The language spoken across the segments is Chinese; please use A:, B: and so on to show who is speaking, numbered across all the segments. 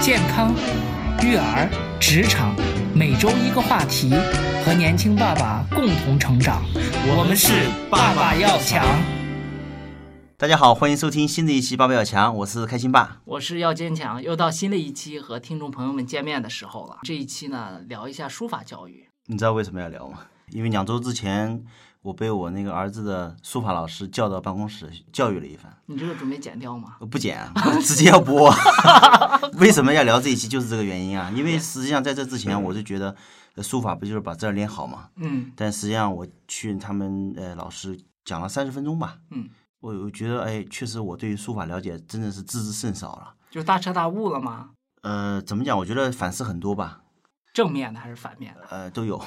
A: 健康、育儿、职场，每周一个话题，和年轻爸爸共同成长。我们是爸爸要强，
B: 大家好，欢迎收听新的一期《爸爸要强》，我是开心爸。
A: 我是要坚强。又到新的一期和听众朋友们见面的时候了。这一期呢，聊一下书法教育。
B: 你知道为什么要聊吗？因为两周之前，我被我那个儿子的书法老师叫到办公室教育了一番。
A: 你这个准备剪掉吗？
B: 呃不剪，直接要播。 为什么要聊这一期？就是这个原因啊。因为实际上在这之前，我就觉得呃书法不就是把字儿练好吗？
A: 嗯，
B: 但实际上我去他们呃老师讲了三十分钟吧。
A: 嗯，
B: 我我觉得哎，确实我对于书法了解真的是知之甚少了。
A: 就大彻大悟了吗？
B: 呃，怎么讲？我觉得反思很多吧，
A: 正面的还是反面的？
B: 呃，都有。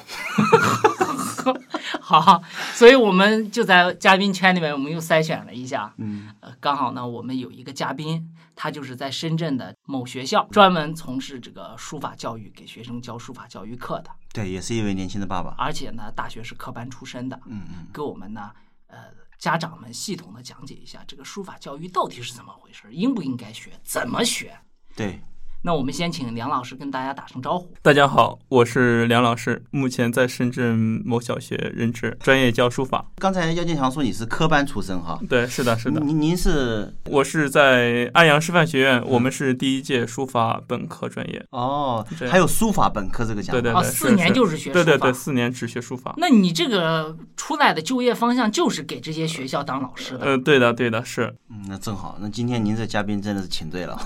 A: 好，所以我们就在嘉宾圈里面，我们又筛选了一下，
B: 嗯，
A: 呃，刚好呢，我们有一个嘉宾，他就是在深圳的某学校专门从事这个书法教育，给学生教书法教育课的，
B: 对，也是一位年轻的爸爸。
A: 而且呢，大学是科班出身的，
B: 嗯嗯，
A: 给我们呢，呃，家长们系统的讲解一下这个书法教育到底是怎么回事，应不应该学，怎么学。
B: 对，
A: 那我们先请梁老师跟大家打声招呼。
C: 大家好，我是梁老师，目前在深圳某小学任职，专业教书法。
B: 刚才姚建强说你是科班出身哈，
C: 对，是的，是
A: 嗯
C: 的，
B: 您您是
C: 我是在安阳师范学院，我们是第一届书法本科专业。
B: 哦
C: 这，样
B: 还有书法本科这个奖，
C: 对对
A: 啊，
C: 对，
A: 四年就是学书法，
C: 对对对，四年只学书法。
A: 那你这个出来的就业方向就是给这些学校当老师 的，
C: 呃，对的，对的，是
B: 嗯，那正好，那今天您这嘉宾真的是请对了。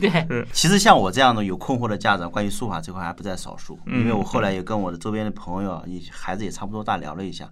A: 对，
B: 其实像我这样的有困惑的家长，关于书法这块还不在少数，
C: 嗯
B: 因为我后来也跟我的周边的朋友、啊也孩子也差不多大聊了一下，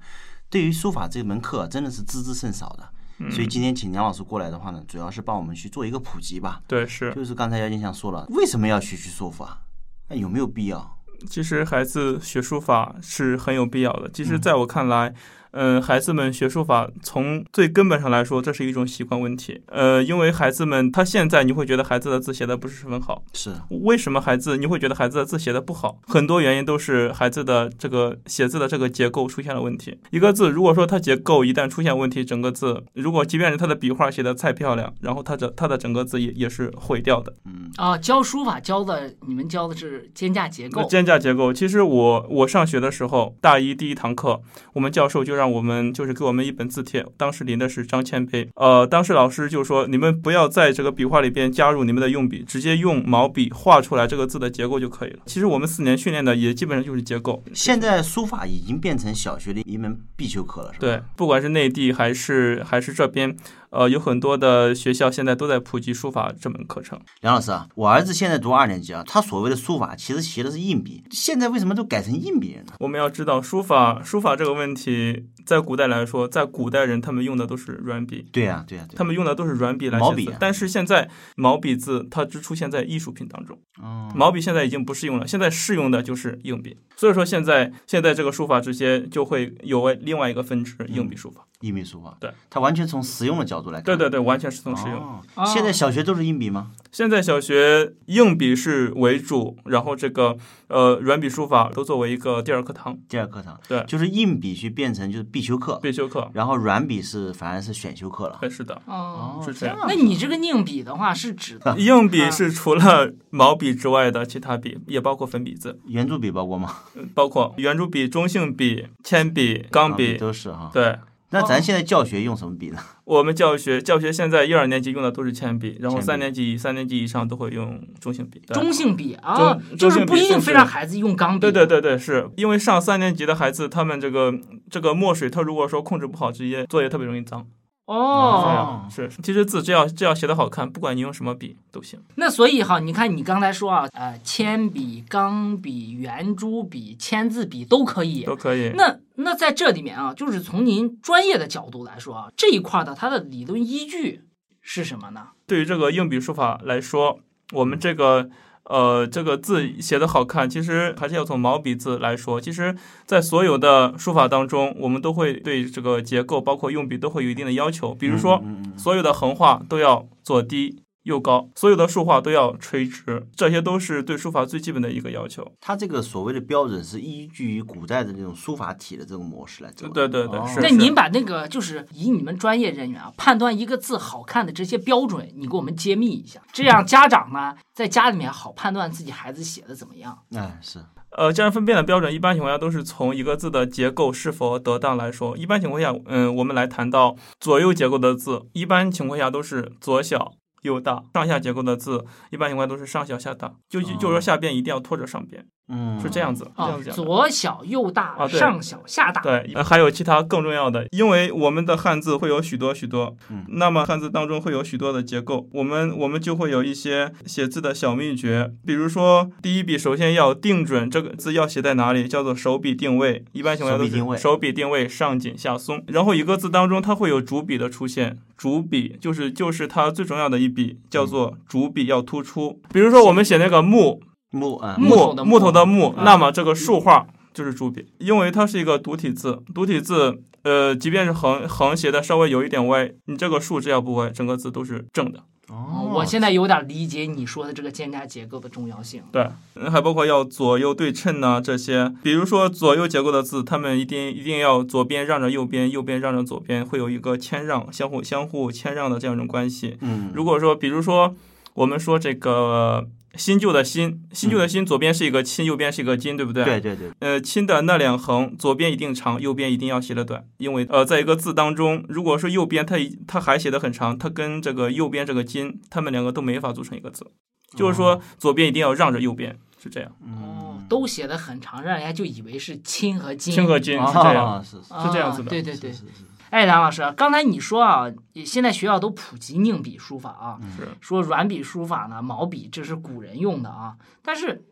B: 对于书法这门课啊真的是知之甚少的。
C: 嗯
B: 所以今天请梁老师过来的话呢，主要是帮我们去做一个普及吧。
C: 对是。
B: 就是刚才姚建强说了，为什么要学习书法？那有没有必要？
C: 其实孩子学书法是很有必要的。其
A: 嗯
C: 实在我看来，呃，孩子们学书法从最根本上来说，这是一种习惯问题。呃，因为孩子们他现在你会觉得孩子的字写的不是十分好。
B: 是，
C: 为什么孩子你会觉得孩子的字写的不好？很多原因都是孩子的这个写字的这个结构出现了问题。一个字如果说它结构一旦出现问题，整个字如果即便是它的笔画写的再漂亮，然后它的它的整个字也也是毁掉的。
B: 嗯，
A: 啊，教书法教的你们教的是肩架结
C: 那
A: 构，
C: 肩架结构，其实我我上学的时候，大一第一堂课，我们教授就让我们就是给我们一本字帖，当时临的是张谦碑，呃，当时老师就说你们不要在这个笔画里边加入你们的用笔，直接用毛笔画出来这个字的结构就可以了。其实我们四年训练的也基本上就是结构，
B: 现在书法已经变成小学的一门必修课了，是吧？
C: 对，不管是内地还是还是这边，呃，有很多的学校现在都在普及书法这门课程。
B: 梁老师啊，我儿子现在读二年级啊，他所谓的书法其实学的是硬笔，现在为什么都改成硬笔了呢？
C: 我们要知道书法书法这个问题，在古代来说，在古代人他们用的都是软笔。
B: 对呀、对呀、啊对、
C: 他们用的都是软笔来
B: 毛
C: 写
B: 笔
C: 字
B: 啊，
C: 但是现在毛笔字它只出现在艺术品当中，
B: 嗯
C: 毛笔现在已经不适用了，现在适用的就是硬笔。所以说现在现在这个书法直接就会有另外一个分支硬笔书法。
B: 硬笔书法，
C: 对，
B: 他完全从实用的角度来看，
C: 对对对，完全是从
B: 哦，
C: 实用。啊
A: 哦
B: 现在小学都是硬笔吗？
C: 现在小学硬笔是为主，然后这个呃软笔书法都作为一个第二课堂
B: 第二课堂，
C: 对
B: 就是硬笔去变成就是必修课，
C: 必修课。
B: 然后软笔是反而是选修课了。
C: 对，是的。
A: 哦，
C: 是这样
B: 啊
A: 那你这个硬笔的话是指的
C: 硬笔是除了毛笔之外的其他笔，也包括粉笔字，
B: 圆珠笔包括吗？
C: 包括圆珠笔、中性笔、铅笔、钢笔。
B: 啊都是哈。
C: 对，
B: 那咱现在教学用什么笔呢？
C: 我们教学教学现在一二年级用的都是铅笔，然后
B: 铅笔
C: 三年级三年级以上都会用中性笔。对
A: 中性笔啊，就
C: 中中
A: 是
C: 性笔
A: 不一定非
C: 甚至
A: 让孩子用钢笔。
C: 对对对对，是因为上三年级的孩子，他们这个这个墨水，他如果说控制不好，直接作业特别容易脏。哎
A: 哦，
B: 哦
C: 是，是其实字只要只要写的好看，不管你用什么笔都行。
A: 那所以哈，你看你刚才说啊，呃，铅笔、钢笔、圆珠笔、签字笔都可以。
C: 都可以。
A: 那那在这里面啊，就是从您专业的角度来说啊，这一块的它的理论依据是什么呢？
C: 对于这个硬笔书法来说，我们这个呃这个字写的好看，其实还是要从毛笔字来说。其实，在所有的书法当中，我们都会对这个结构，包括用笔都会有一定的要求。比如说，
B: 嗯，嗯嗯
C: 所有的横画都要做低。又高，所有的竖画都要垂直，这些都是对书法最基本的一个要求。
B: 它这个所谓的标准是依据于古代的这种书法体的这种模式来走的。
C: 对对对
B: 哦
C: 是
A: 那您把那个就是以你们专业人员啊判断一个字好看的这些标准，你给我们揭秘一下，这样家长呢在家里面好判断自己孩子写的怎么样。
B: 哎，是
C: 呃，家人分辨的标准一般情况下都是从一个字的结构是否得当来说。一般情况下，嗯，我们来谈到左右结构的字，一般情况下都是左小右大；上下结构的字，一般情况下都是上小下大。就就就说下边一定要拖着上边，
B: 嗯，
C: 是这样子，这
A: 啊
C: 样子，讲的。
A: 左小右大，
C: 啊对
A: 上小下大，
C: 对、呃还有其他更重要的，因为我们的汉字会有许多许多，
B: 嗯
C: 那么汉字当中会有许多的结构，我们我们就会有一些写字的小秘诀，比如说第一笔首先要定准这个字要写在哪里，叫做手笔定位，一般情况下都
B: 手笔定位
C: 是手笔定位上紧下松，然后一个字当中它会有主笔的出现。主笔就是就是它最重要的一笔，叫做主笔要突出。比如说我们写那个木，
B: 木啊
A: 木头
C: 木
A: 的
C: 木头的木，
A: 啊
C: 那么这个竖画就是主笔，因为它是一个独体字，独体字，呃，即便是横横斜的稍微有一点歪，你这个竖只要不歪，整个字都是正的。
A: 哦我现在有点理解你说的这个间加结构的重要性。
C: 对，嗯还包括要左右对称呐、这些，比如说左右结构的字，它们一定一定要左边让着右边，右边让着左边，会有一个谦让，相互相互谦让的这样一种关系。
B: 嗯，
C: 如果说，比如说，我们说这个新旧的新，新旧的
A: 嗯
C: 新，左边是一个亲，右边是一个金，对不对？
B: 对对
A: 哦
B: 对，
C: 呃，亲的那两横，左边一定长，右边一定要写的短，因为呃，在一个字当中，如果是右边它一它还写的很长，它跟这个右边这个金，它们两个都没法组成一个字，就是说左边一定要让着右边，是这样，
A: 哦，
B: 嗯
A: 都写的很长，让人家就以为是亲和金。
C: 亲和金是这样，
B: 啊，是是
A: 啊
C: 是这样子的
A: 对对对
B: 是。是是
A: 哎，梁老师，刚才你说啊，现在学校都普及硬笔书法啊，
C: 是
A: 说软笔书法呢，毛笔这是古人用的啊，但是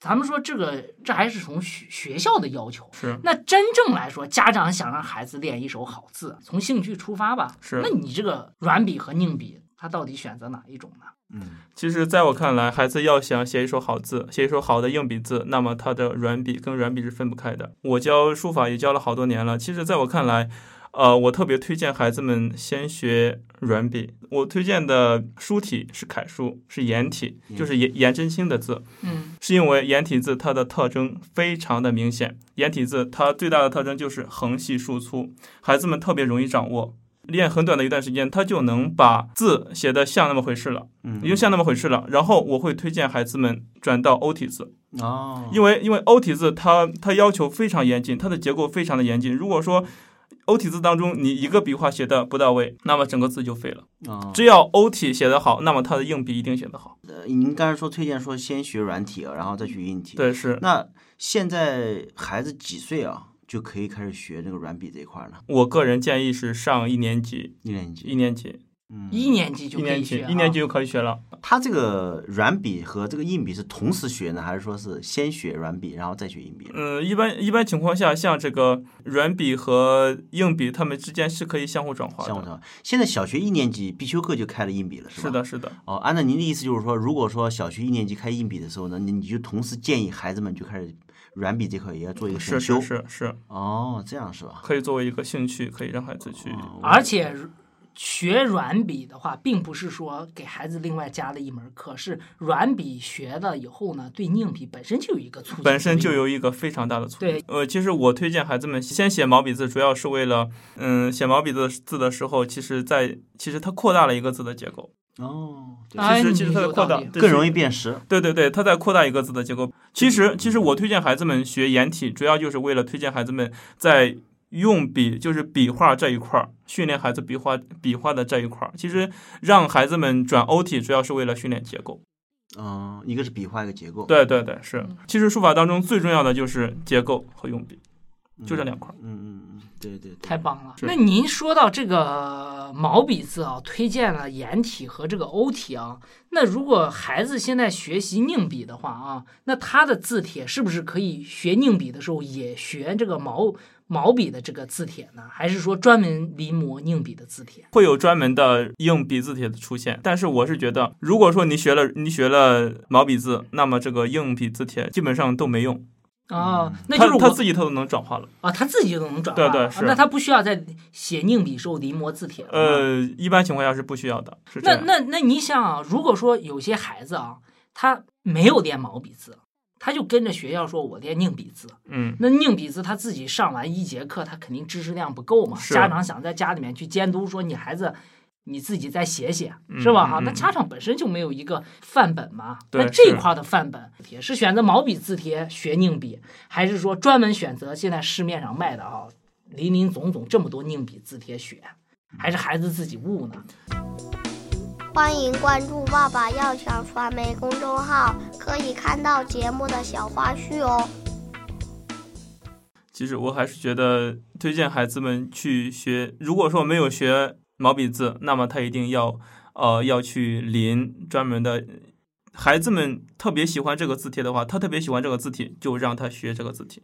A: 咱们说这个这还是从学学校的要求。
C: 是
A: 那真正来说，家长想让孩子练一手好字，从兴趣出发吧。
C: 是
A: 那你这个软笔和硬笔，他到底选择哪一种呢？
B: 嗯，
C: 其实，在我看来，孩子要想写一手好字，写一手好的硬笔字，那么他的软笔跟软笔是分不开的。我教书法也教了好多年了，其实，在我看来，呃，我特别推荐孩子们先学软笔。我推荐的书体是楷书，是颜体，就是颜颜真卿的字。
A: 嗯，
C: 是因为颜体字它的特征非常的明显，颜体字它最大的特征就是横细竖粗，孩子们特别容易掌握。练很短的一段时间，他就能把字写得像那么回事了，
B: 嗯
C: 已经像那么回事了。然后我会推荐孩子们转到欧体字，
B: 哦，
C: 因为因为欧体字它它要求非常严谨，它的结构非常的严谨。如果说欧体字当中你一个笔画写的不到位，那么整个字就废了。
B: 哦
C: 只要欧体写得好，那么它的硬笔一定写得好。
B: 呃您刚才说推荐说先学软体，然后再学硬体。，
C: 对，是。
B: 那现在孩子几岁啊，就可以开始学这个软笔这一块了？
C: 我个人建议是上一年级，
B: 一年级
C: 一，年级，
B: 嗯，
A: 一年级就
C: 一
A: 可以
C: 年
A: 学、
C: 级
A: 啊，，
C: 一年级就可以学了。
B: 他这个软笔和这个硬笔是同时学呢，还是说是先学软笔，然后再学硬笔呢？
C: 嗯，一般一般情况下，像这个软笔和硬笔，它们之间是可以相互转化
B: 像我
C: 的。
B: 这样，现在小学一年级必修课就开了硬笔了，是吧？
C: 是。的，是的，
B: 哦，按照您的意思就是说，如果说小学一年级开硬笔的时候呢，你你就同时建议孩子们就开始软笔这块也要做一个
C: 是
B: 选
C: 是
B: 修。
C: 是是，
B: 哦，这样是吧？
C: 可以作为一个兴趣，可以让孩子去。
B: 哦
A: 而且学软笔的话，并不是说给孩子另外加了一门课，是软笔学了以后呢，对硬笔本身就有一个促进，
C: 本身就。有一个非常大的促
A: 对
C: 进。呃，其实我推荐孩子们先写毛笔字，主要是为了，嗯，写毛笔字字的时候，其实在其实它扩大了一个字的结构，
B: 哦，对
A: 哎
C: 其实
A: 你
C: 其实它的
A: 有
C: 扩
A: 道
C: 大
A: 理
B: 更容
C: 易。
B: 易辨识。
C: 对对对，它在扩大一个字的结构。其实，其实我推荐孩子们学颜体，主要就是为了推荐孩子们在用笔，就是笔画这一块儿，训练孩子笔画笔画的这一块儿。其实让孩子们转欧体，主要是为了训练结构。
B: 嗯，一个是笔画，一个结构。，
C: 对对对，是。
A: 嗯
C: 其实书法当中最重要的就是结构和用笔，就这两块儿。
B: 嗯嗯嗯，对对对。
A: 太棒了！
C: 是
A: 那您说到这个毛笔字啊，推荐了颜体和这个欧体啊。那如果孩子现在学习硬笔的话啊，那他的字帖是不是可以学硬笔的时候也学这个毛毛笔的这个字帖呢？还是说专门临摹硬笔的字帖？
C: 会有专门的硬笔字帖的出现。但是我是觉得，如果说你学了你学了毛笔字，那么这个硬笔字帖基本上都没用。
A: 哦，那就
C: 嗯他
A: 是我
C: 他自己他都能转化了。
A: 啊，他自己就能转化
C: 对对
A: 了啊
C: 是
A: 那他不需要再写硬笔受临摹字帖了吗。
C: 呃，一般情况下是不需要的，是这
A: 嗯那
C: 样。
A: 那那你想啊，如果说有些孩子啊，他没有练毛笔字，他就跟着学校说我练硬笔字，
C: 嗯，
A: 那硬笔字他自己上完一节课，他肯定知识量不够嘛。
C: 是
A: 家长想在家里面去监督，说你孩子你自己再写写，是吧？哈、
C: 嗯嗯
A: 那家长本身就没有一个范本嘛。
C: 对
A: 那这
C: 是
A: 块的范本也是选择毛笔字帖学硬笔，还是说专门选择现在市面上卖的啊，林林总总这么多硬笔字帖学，还是孩子自己悟呢？
D: 欢迎关注“爸爸要讲传媒”公众号，可以看到节目的小花絮哦。
C: 其实我还是觉得推荐孩子们去学。如果说没有学毛笔字，那么他一定要呃要去临专门的。孩子们特别喜欢这个字帖的话，他特别喜欢这个字体，就让他学这个字体，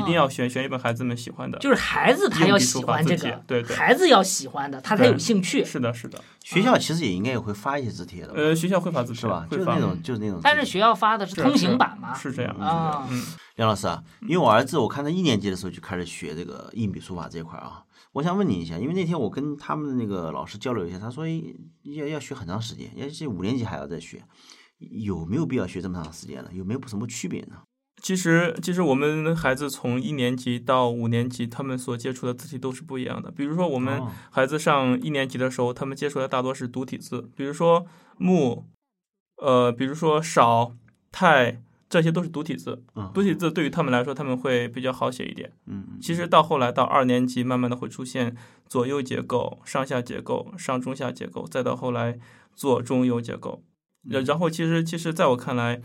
C: 一定
A: 啊
C: 要选选一本孩子们喜欢的。
A: 就是孩子他
C: 硬
A: 要
C: 笔
A: 喜
C: 书法
A: 欢
C: 字
A: 这
C: 帖
A: 个，
C: 对对
A: 孩子要喜欢的，他才有
C: 对
A: 兴趣。
C: 是的，是的。
B: 学校其实也应该也会发一些字帖的吧，
C: 嗯呃，学校会发字帖，
B: 是吧？就
C: 会
B: 是
C: 发
B: 那，种就是那种字帖。
A: 但是学校发的是
C: 是啊
A: 通
C: 是
A: 行版嘛？
C: 是这样。
A: 啊，
C: 嗯，
B: 梁老师啊，因为我儿子，我看他一年级的时候就开始学这个硬笔书法这一块啊。我想问你一下，因为那天我跟他们的那个老师交流一下，他说哎要要学很长时间，要是五年级还要再学，有没有必要学这么长时间呢？有没有什么区别呢？
C: 其实，其实我们孩子从一年级到五年级，他们所接触的字体都是不一样的。比如说，我们
B: 哦
C: 孩子上一年级的时候，他们接触的大多是独体字，比如说木，呃，比如说少、太，这些都是独体字。
B: 嗯
C: 独体字对于他们来说，他们会比较好写一点。
B: 嗯，
C: 其实到后来到二年级，慢慢的会出现左右结构、上下结构、上中下结构，再到后来左中右结构。
A: 嗯
C: 然然后其实其实在我看来，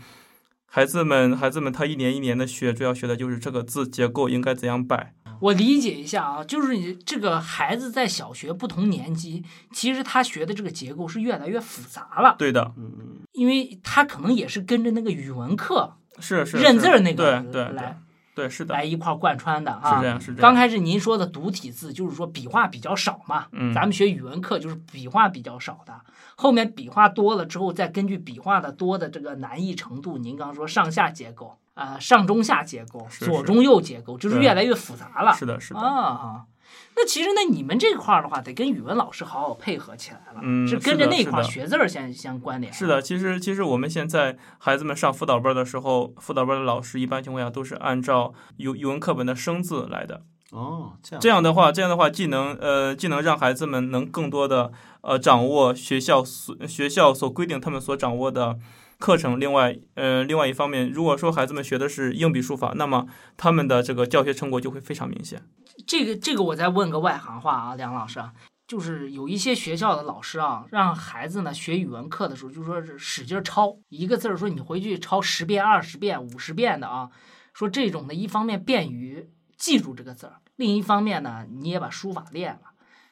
C: 孩子们孩子们他一年一年的学，主要学的就是这个字结构应该怎样摆。
A: 我理解一下啊，就是你这个孩子在小学不同年级，其实他学的这个结构是越来越复杂了，
C: 对的，
B: 嗯
A: 因为他可能也是跟着那个语文课
C: 是是
A: 认
C: 是
A: 字儿那个
C: 对对对
A: 来
C: 对是的，
A: 来一块儿贯穿的啊。
C: 是这样是这样。
A: 刚开始您说的独体字，就是说笔画比较少嘛，
C: 嗯
A: 咱们学语文课就是笔画比较少的，后面笔画多了之后，再根据笔画的多的这个难易程度，您刚说上下结构啊、上中下结构、
C: 是
A: 左
C: 是
A: 中右结构，就是
C: 对
A: 越来越复杂了。
C: 是的是的，
A: 啊。那其实那你们这块儿的话，得跟语文老师好好配合起来了，
C: 嗯
A: 是
C: 是
A: 跟着
C: 的
A: 那
C: 是
A: 块儿
C: 的
A: 学字儿相相关联。
C: 是的，，其实其实我们现在孩子们上辅导班的时候，辅导班的老师一般情况下都是按照语语文课本的生字来的。
B: 哦，这样
C: 这样的话，这样的话，既能呃，既能让孩子们能更多的呃掌握学校所学校所规定他们所掌握的课程。另外，呃，另外一方面，如果说孩子们学的是硬笔书法，那么他们的这个教学成果就会非常明显。
A: 这个这个我再问个外行话啊，梁老师啊，就是有一些学校的老师啊，让孩子呢学语文课的时候，就说是使劲儿抄一个字儿，说你回去抄十遍、二十遍、五十遍的啊，说这种呢，一方面便于记住这个字儿，另一方面呢，你也把书法练了。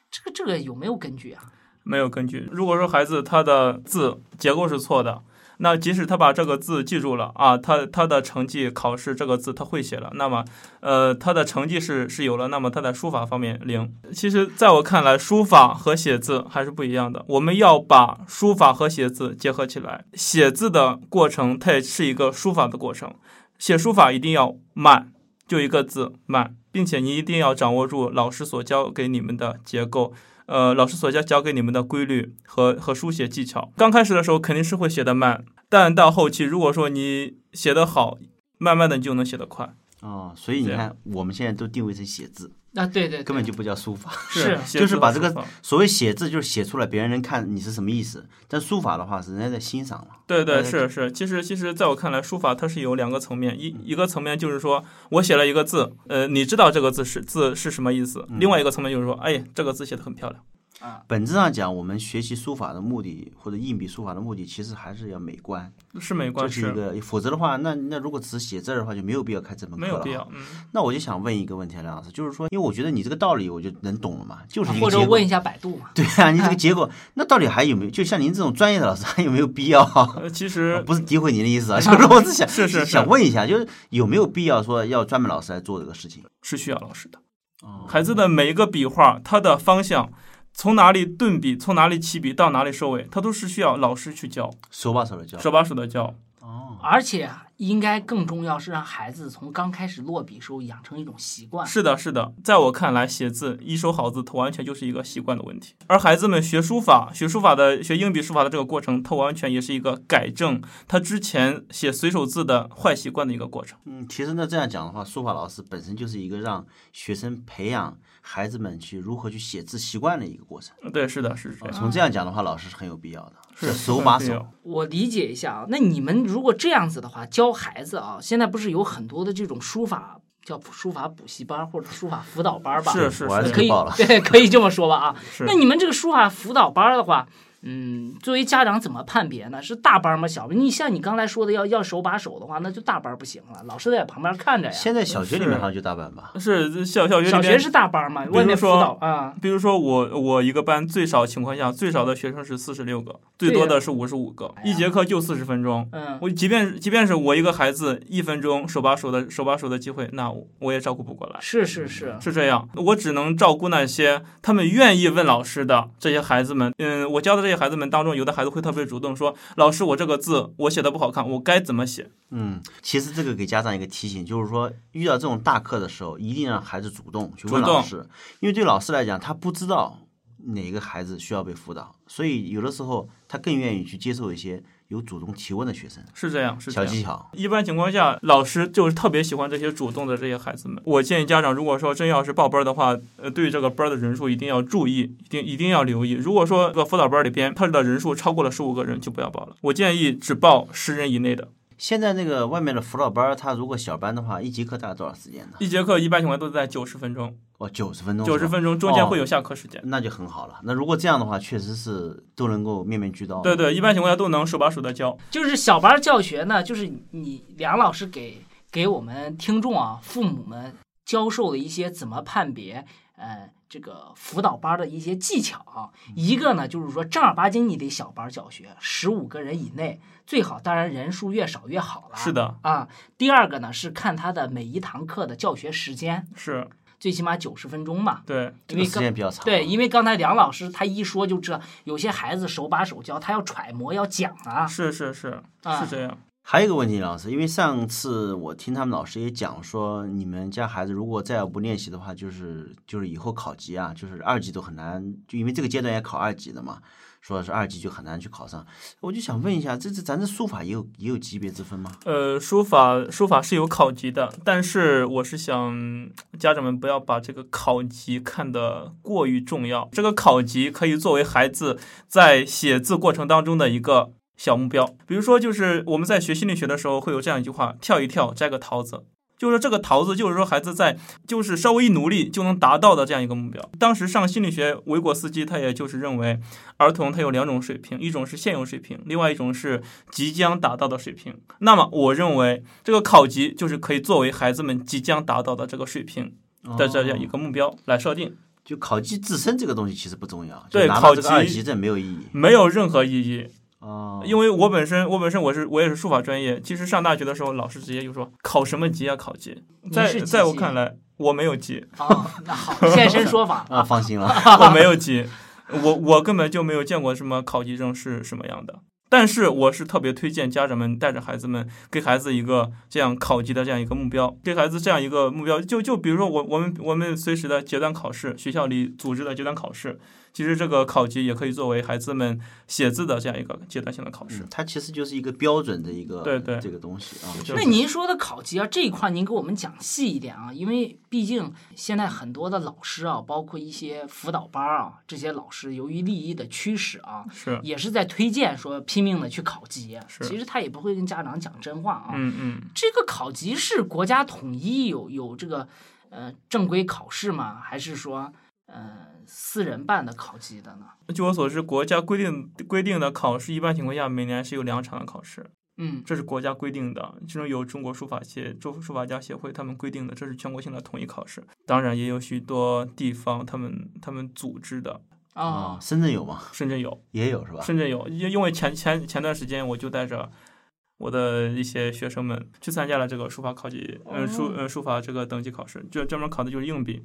A: 这个这个有没有根据啊？
C: 没有根据。如果说孩子他的字结构是错的，那即使他把这个字记住了啊，他他的成绩考试这个字他会写了，那么呃他的成绩是是有了，那么他在书法方面零。其实在我看来，书法和写字还是不一样的。我们要把书法和写字结合起来，写字的过程它也是一个书法的过程，写书法一定要慢，就一个字慢，并且你一定要掌握住老师所教给你们的结构。呃，老师所教教给你们的规律和和书写技巧。刚开始的时候肯定是会写的慢，但到后期如果说你写的好，慢慢的你就能写得快。
B: 哦，所以你
C: 这样
B: 看，我们现在都定位成写字，
A: 啊，对对对，
B: 根本就不叫书 法。
A: 是
C: 写
B: 就是
C: 字
B: 把
C: 和
B: 这个
C: 书法
B: 所谓写字，就是写出来别人能看你是什么意思。但书法的话，是人家在欣赏嘛。
C: 对对
B: 呃
C: 是是，其实其实在我看来，书法它是有两个层面，一一个层面就是说我写了一个字，呃，你知道这个字是字是什么意
B: 嗯
C: 思；另外一个层面就是说，哎，这个字写的很漂亮。
B: 本质上讲，我们学习书法的目的或者硬笔书法的目的，其实还是要美观，
C: 是美
B: 这
C: 观，
B: 是一个。否则的话，那那如果只写字儿的话，就没有必要开这门课
C: 没
B: 了。
C: 有必要。。嗯，
B: 那我就想问一个问题，啊梁老师，就是说，因为我觉得你这个道理我就能懂了嘛，就是一
A: 或
B: 个
A: 者
B: 结果
A: 问。一下百度嘛。
B: 对啊，你 这个结果，那到底还有没有？就像您这种专业的老师，还有没有必要？
C: 呃，其实
B: 不是诋毁您的意思啊，就是我只想
C: 是是是
B: 想问一下，就是有没有必要说要专门老师来做这个事情？
C: 是需要老师的。
B: 哦
C: 孩子的每一个笔画，它的方向，从哪里顿笔，从哪里起笔到哪里收尾，它都是需要老师去教，
B: 手把手的教。
C: 手把手的教。
B: 哦，
A: 而且啊应该更重要是让孩子从刚开始落笔时候养成一种习惯。
C: 是的，是的，在我看来，写字一手好字，它完全就是一个习惯的问题。而孩子们学书法、学书法的、学硬笔书法的这个过程，它完全也是一个改正他之前写随手字的坏习惯的一个过程。
B: 嗯，其实呢，这样讲的话，书法老师本身就是一个让学生培养孩子们去如何去写字习惯的一个过程。
C: 对，是的，是这样。
B: 从这样讲的话，老师是很有必要的，
C: 是
B: 手把
C: 很必
B: 手
C: 要。
A: 我理解一下啊，那你们如果这样子的话，教孩子啊，现在不是有很多的这种书法叫书法补习班或者书法辅导班吧？
C: 是是
B: 我还
C: 是
A: 可以
B: 真爆了
A: 对，可以这么说吧啊。
C: 是
A: 那你们这个书法辅导班的话，嗯，作为家长怎么判别呢？是大班吗？小班？你像你刚才说的要要手把手的话，那就大班不行了，老师在旁边看着呀。
B: 现在小学里面
C: 是
B: 好像就大班吧，
C: 是小小学里
A: 小学
C: 边
A: 是大班嘛，
C: 如
A: 外面辅
C: 说
A: 导啊，
C: 比如说我我一个班最少情况下最少的学生是四十六个，最
A: 对呀
C: 多的是五十五个，
A: 哎呀
C: 一节课就四十分钟。
A: 嗯，
C: 我即便即便是我一个孩子一分钟手把手的手把手的机会，那我我也照顾不过来。
A: 是是是，
C: 是这样，我只能照顾那些他们愿意问老师的这些孩子们。嗯，我教的这些孩子们当中，有的孩子会特别主动说：“老师，我这个字我写的不好看，我该怎么写
B: 嗯，其实这个给家长一个提醒，就是说遇到这种大课的时候，一定让孩子主动去问
C: 主动
B: 老师，因为对老师来讲，他不知道哪个孩子需要被辅导，所以有的时候他更愿意去接受一些有主动提问的学生？”。
C: 是这样，是这
B: 小
C: 样。
B: 技巧，
C: 一般情况下，老师就是特别喜欢这些主动的这些孩子们。我建议家长，如果说真要是报班儿的话，呃，对这个班儿的人数一定要注意，一定一定要留意。如果说这个辅导班儿里边他的人数超过了十五个人，就不要报了。我建议只报十人以内的。
B: 现在那个外面的辅导班儿，他如果小班的话，一节课大概多少时间呢？
C: 一节课一般情况下都在九十分钟，
B: 哦，九十分钟。
C: 九十，分钟中间会有下课时间。
B: 那就很好了。那如果这样的话，确实是都能够面面俱到。
C: 对对，一般情况下都能手把手的教。
A: 就是小班教学呢，就是你梁老师给给我们听众啊、父母们教授的一些怎么判别，呃，这个辅导班的一些技巧啊。
C: 嗯
A: 一个呢，就是说正儿八经你得小班教学，十五个人以内，最好当然人数越少越好了。
C: 是。的，
A: 啊，第二个呢是看他的每一堂课的教学时间，
C: 是
A: 最起码九十分钟嘛，
C: 对，
A: 因
B: 这个
A: 为
B: 时
A: 刚
B: 间比较长。
A: 对，因为刚才梁老师他一说就知道，有些孩子手把手教，他要揣摩要讲啊，
C: 是是是
A: 啊
C: 是这样。
B: 还有一个问题，老师，因为上次我听他们老师也讲说，你们家孩子如果再不练习的话，就是就是以后考级啊，就是二级都很难，就因为这个阶段也考二级的嘛，说是二级就很难去考上。我就想问一下，这这咱这书法也有也有级别之分吗？
C: 呃，书法书法是有考级的，但是我是想家长们不要把这个考级看得过于重要。这个考级可以作为孩子在写字过程当中的一个小目标。比如说，就是我们在学心理学的时候会有这样一句话：跳一跳，摘个桃子。就是这个桃子，就是说孩子在就是稍微一努力就能达到的这样一个目标。当时上心理学，维果斯基他也就是认为，儿童他有两种水平，一种是现有水平，另外一种是即将达到的水平。那么，我认为这个考级就是可以作为孩子们即将达到的这个水平的这样一
B: 哦
C: 个目标来设定，
B: 就考级自身这个东西其实不重要，
C: 对
B: 就拿到这个
C: 考级
B: 二级这没有意义
C: 没有任何意义。
B: 哦，
C: 因为我本身，我本身我是我也是书法专业，其实上大学的时候，老师直接就说考什么级啊，考级。在
A: 你是几
C: 在我
A: 级
C: 看来，我没有级，
A: 哦，那好，现身说法
B: 啊，放 心了。
C: 我没有级，我我根本就没有见过什么考级证是什么样的。但是我是特别推荐家长们带着孩子们，给孩子一个这样考级的这样一个目标，给孩子这样一个目标。就就比如说我我们我们随时的阶段考试，学校里组织的阶段考试，其实这个考级也可以作为孩子们写字的这样一个阶段性的考试
B: 嗯。它其实就是一个标准的一个
C: 对对
B: 这个东西啊。
C: 就是
A: 那您说的考级啊这一块，您给我们讲细一点啊，因为毕竟现在很多的老师啊，包括一些辅导班啊，这些老师由于利益的驱使啊，
C: 是，
A: 也是在推荐说拼命的去考级。
C: 嗯是
A: 其实他也不会跟家长讲真话啊。
C: 嗯嗯。
A: 这个考级是国家统一有有这个呃正规考试吗？还是说呃私人办的考级的呢？
C: 据我所知，国家规定规定的考试，一般情况下每年是有两场的考试，
A: 嗯，
C: 这是国家规定的。其中有中国书法协中书法家协会他们规定的，这是全国性的统一考试。当然，也有许多地方他们他们组织的，
A: 啊、
B: 啊，深圳有吗？
C: 深圳有，
B: 也有是吧？
C: 深圳有。因因为前前前段时间我就带着。我的一些学生们去参加了这个书法考级，呃书呃书法这个等级考试，就专门考的就是硬笔，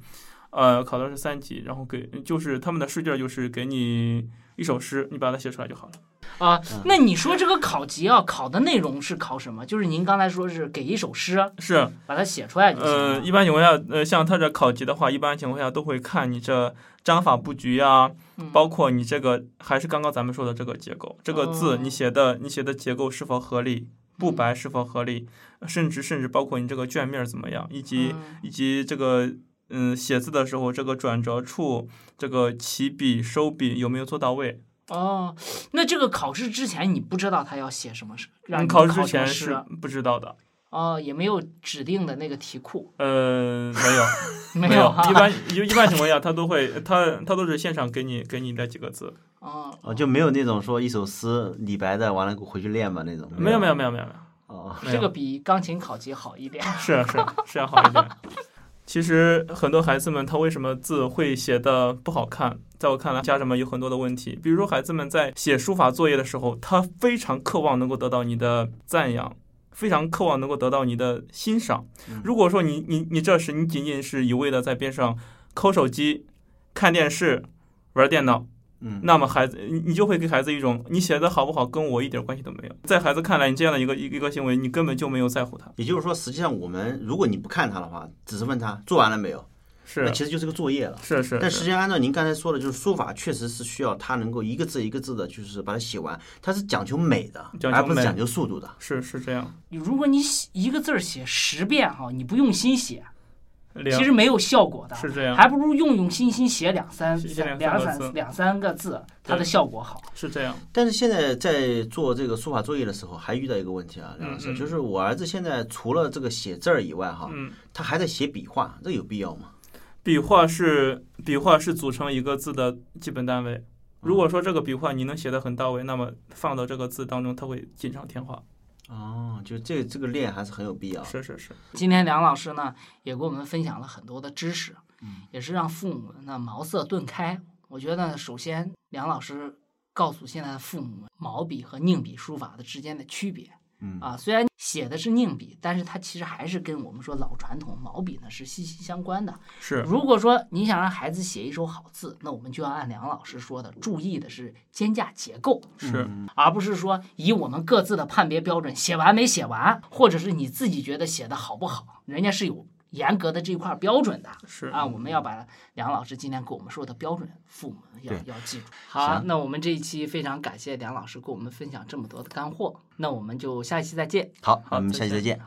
C: 呃考的是三级，然后给就是他们的试卷就是给你一首诗，你把它写出来就好了。
A: 啊，
C: 嗯
A: 那你说这个考级啊，考的内容是考什么？就是您刚才说是给一首诗，
C: 是，
A: 把它写出来就行了。
C: 呃，一般情况下，呃，像他这考级的话，一般情况下都会看你这章法布局啊，
A: 嗯
C: 包括你这个还是刚刚咱们说的这个结构，这个字
A: 哦
C: 你写的你写的结构是否合理，不白是否合理，甚至甚至包括你这个卷面怎么样，以及
A: 嗯
C: 以及这个嗯写字的时候这个转折处、这个起笔、收笔有没有做到位。
A: 哦，那这个考试之前你不知道他要写什么诗，让
C: 你
A: 你
C: 嗯考试
A: 什
C: 之
A: 么
C: 前是
A: 诗
C: 不知道的，
A: 啊哦，也没有指定的那个题库，
C: 呃，没有。
A: 没
C: 没有
A: 哈，。
C: 一般一一般情况下，他都会他他都是现场给你给你来几个字，
A: 哦，
B: 哦，就没有那种说一首诗李白的，完了回去练吧那种。
C: 没有没有
B: 没
C: 没有没有没
B: 有。哦，
C: 有，
A: 这个比钢琴考级好一点。
C: 是 是是要好一点。其实很多孩子们他为什么字会写的不好看，在我看来，家长们有很多的问题，比如说孩子们在写书法作业的时候，他非常渴望能够得到你的赞扬。非常渴望能够得到你的欣赏
B: 嗯。
C: 如果说你你你这时你仅仅是一味的在边上抠手机、看电视、玩电脑，
B: 嗯，
C: 那么孩子，你你就会给孩子一种你写的好不好跟我一点关系都没有。在孩子看来，你这样的一个一个一个行为，你根本就没有在乎他。
B: 也就是说，实际上我们如果你不看它的话，只是问他做完了没有，那
C: 是
B: 其实就是个作业了。
C: 是是
B: 但实际上，按照您刚才说的，就是书法确实是需要他能够一个字一个字的，就是把它写完，它是讲求美的，
C: 讲究
B: 而不是
C: 美
B: 讲究速度的。
C: 是是这样。
A: 如果你写一个字儿写十遍哈，你不用心写，
C: 其
A: 其实没有效果的，
C: 是这样，
A: 还不如用用心心写两三
C: 写写
A: 两
C: 两三个字
A: 三两三个字，它的
C: 对
A: 效果好。
C: 是这样。
B: 但是现在在做这个书法作业的时候，还遇到一个问题啊，梁老师，
C: 嗯嗯
B: 就是我儿子现在除了这个写字儿以外，哈，
C: 嗯，
B: 他还在写笔画，这有必要吗？
C: 笔画是笔画是组成一个字的基本单位。如果说这个笔画你能写的很到位，那么放到这个字当中，它会锦上添花。
B: 哦，就这这个练还是很有必要。
C: 是是是，
A: 今天梁老师呢也给我们分享了很多的知识，也是让父母呢茅塞顿开。我觉得首先梁老师告诉现在的父母毛笔和硬笔书法的之间的区别
B: 嗯
A: 啊，虽然写的是硬笔，但是它其实还是跟我们说老传统毛笔呢是息息相关的。
C: 是
A: 如果说你想让孩子写一手好字，那我们就要按梁老师说的，注意的是肩架结构，
C: 是
A: 而不是说以我们各自的判别标准写完没写完，或者是你自己觉得写的好不好，人家是有严格的这一块标准的。
C: 是
A: 啊，我们要把梁老师今天给我们说的标准，父母要
B: 对
A: 要记住。好
B: 行，
A: 那我们这一期非常感谢梁老师给我们分享这么多的干货，那我们就下一期再见。
B: 好，
C: 好
B: 我们下期
C: 再
B: 再
C: 见
B: 见。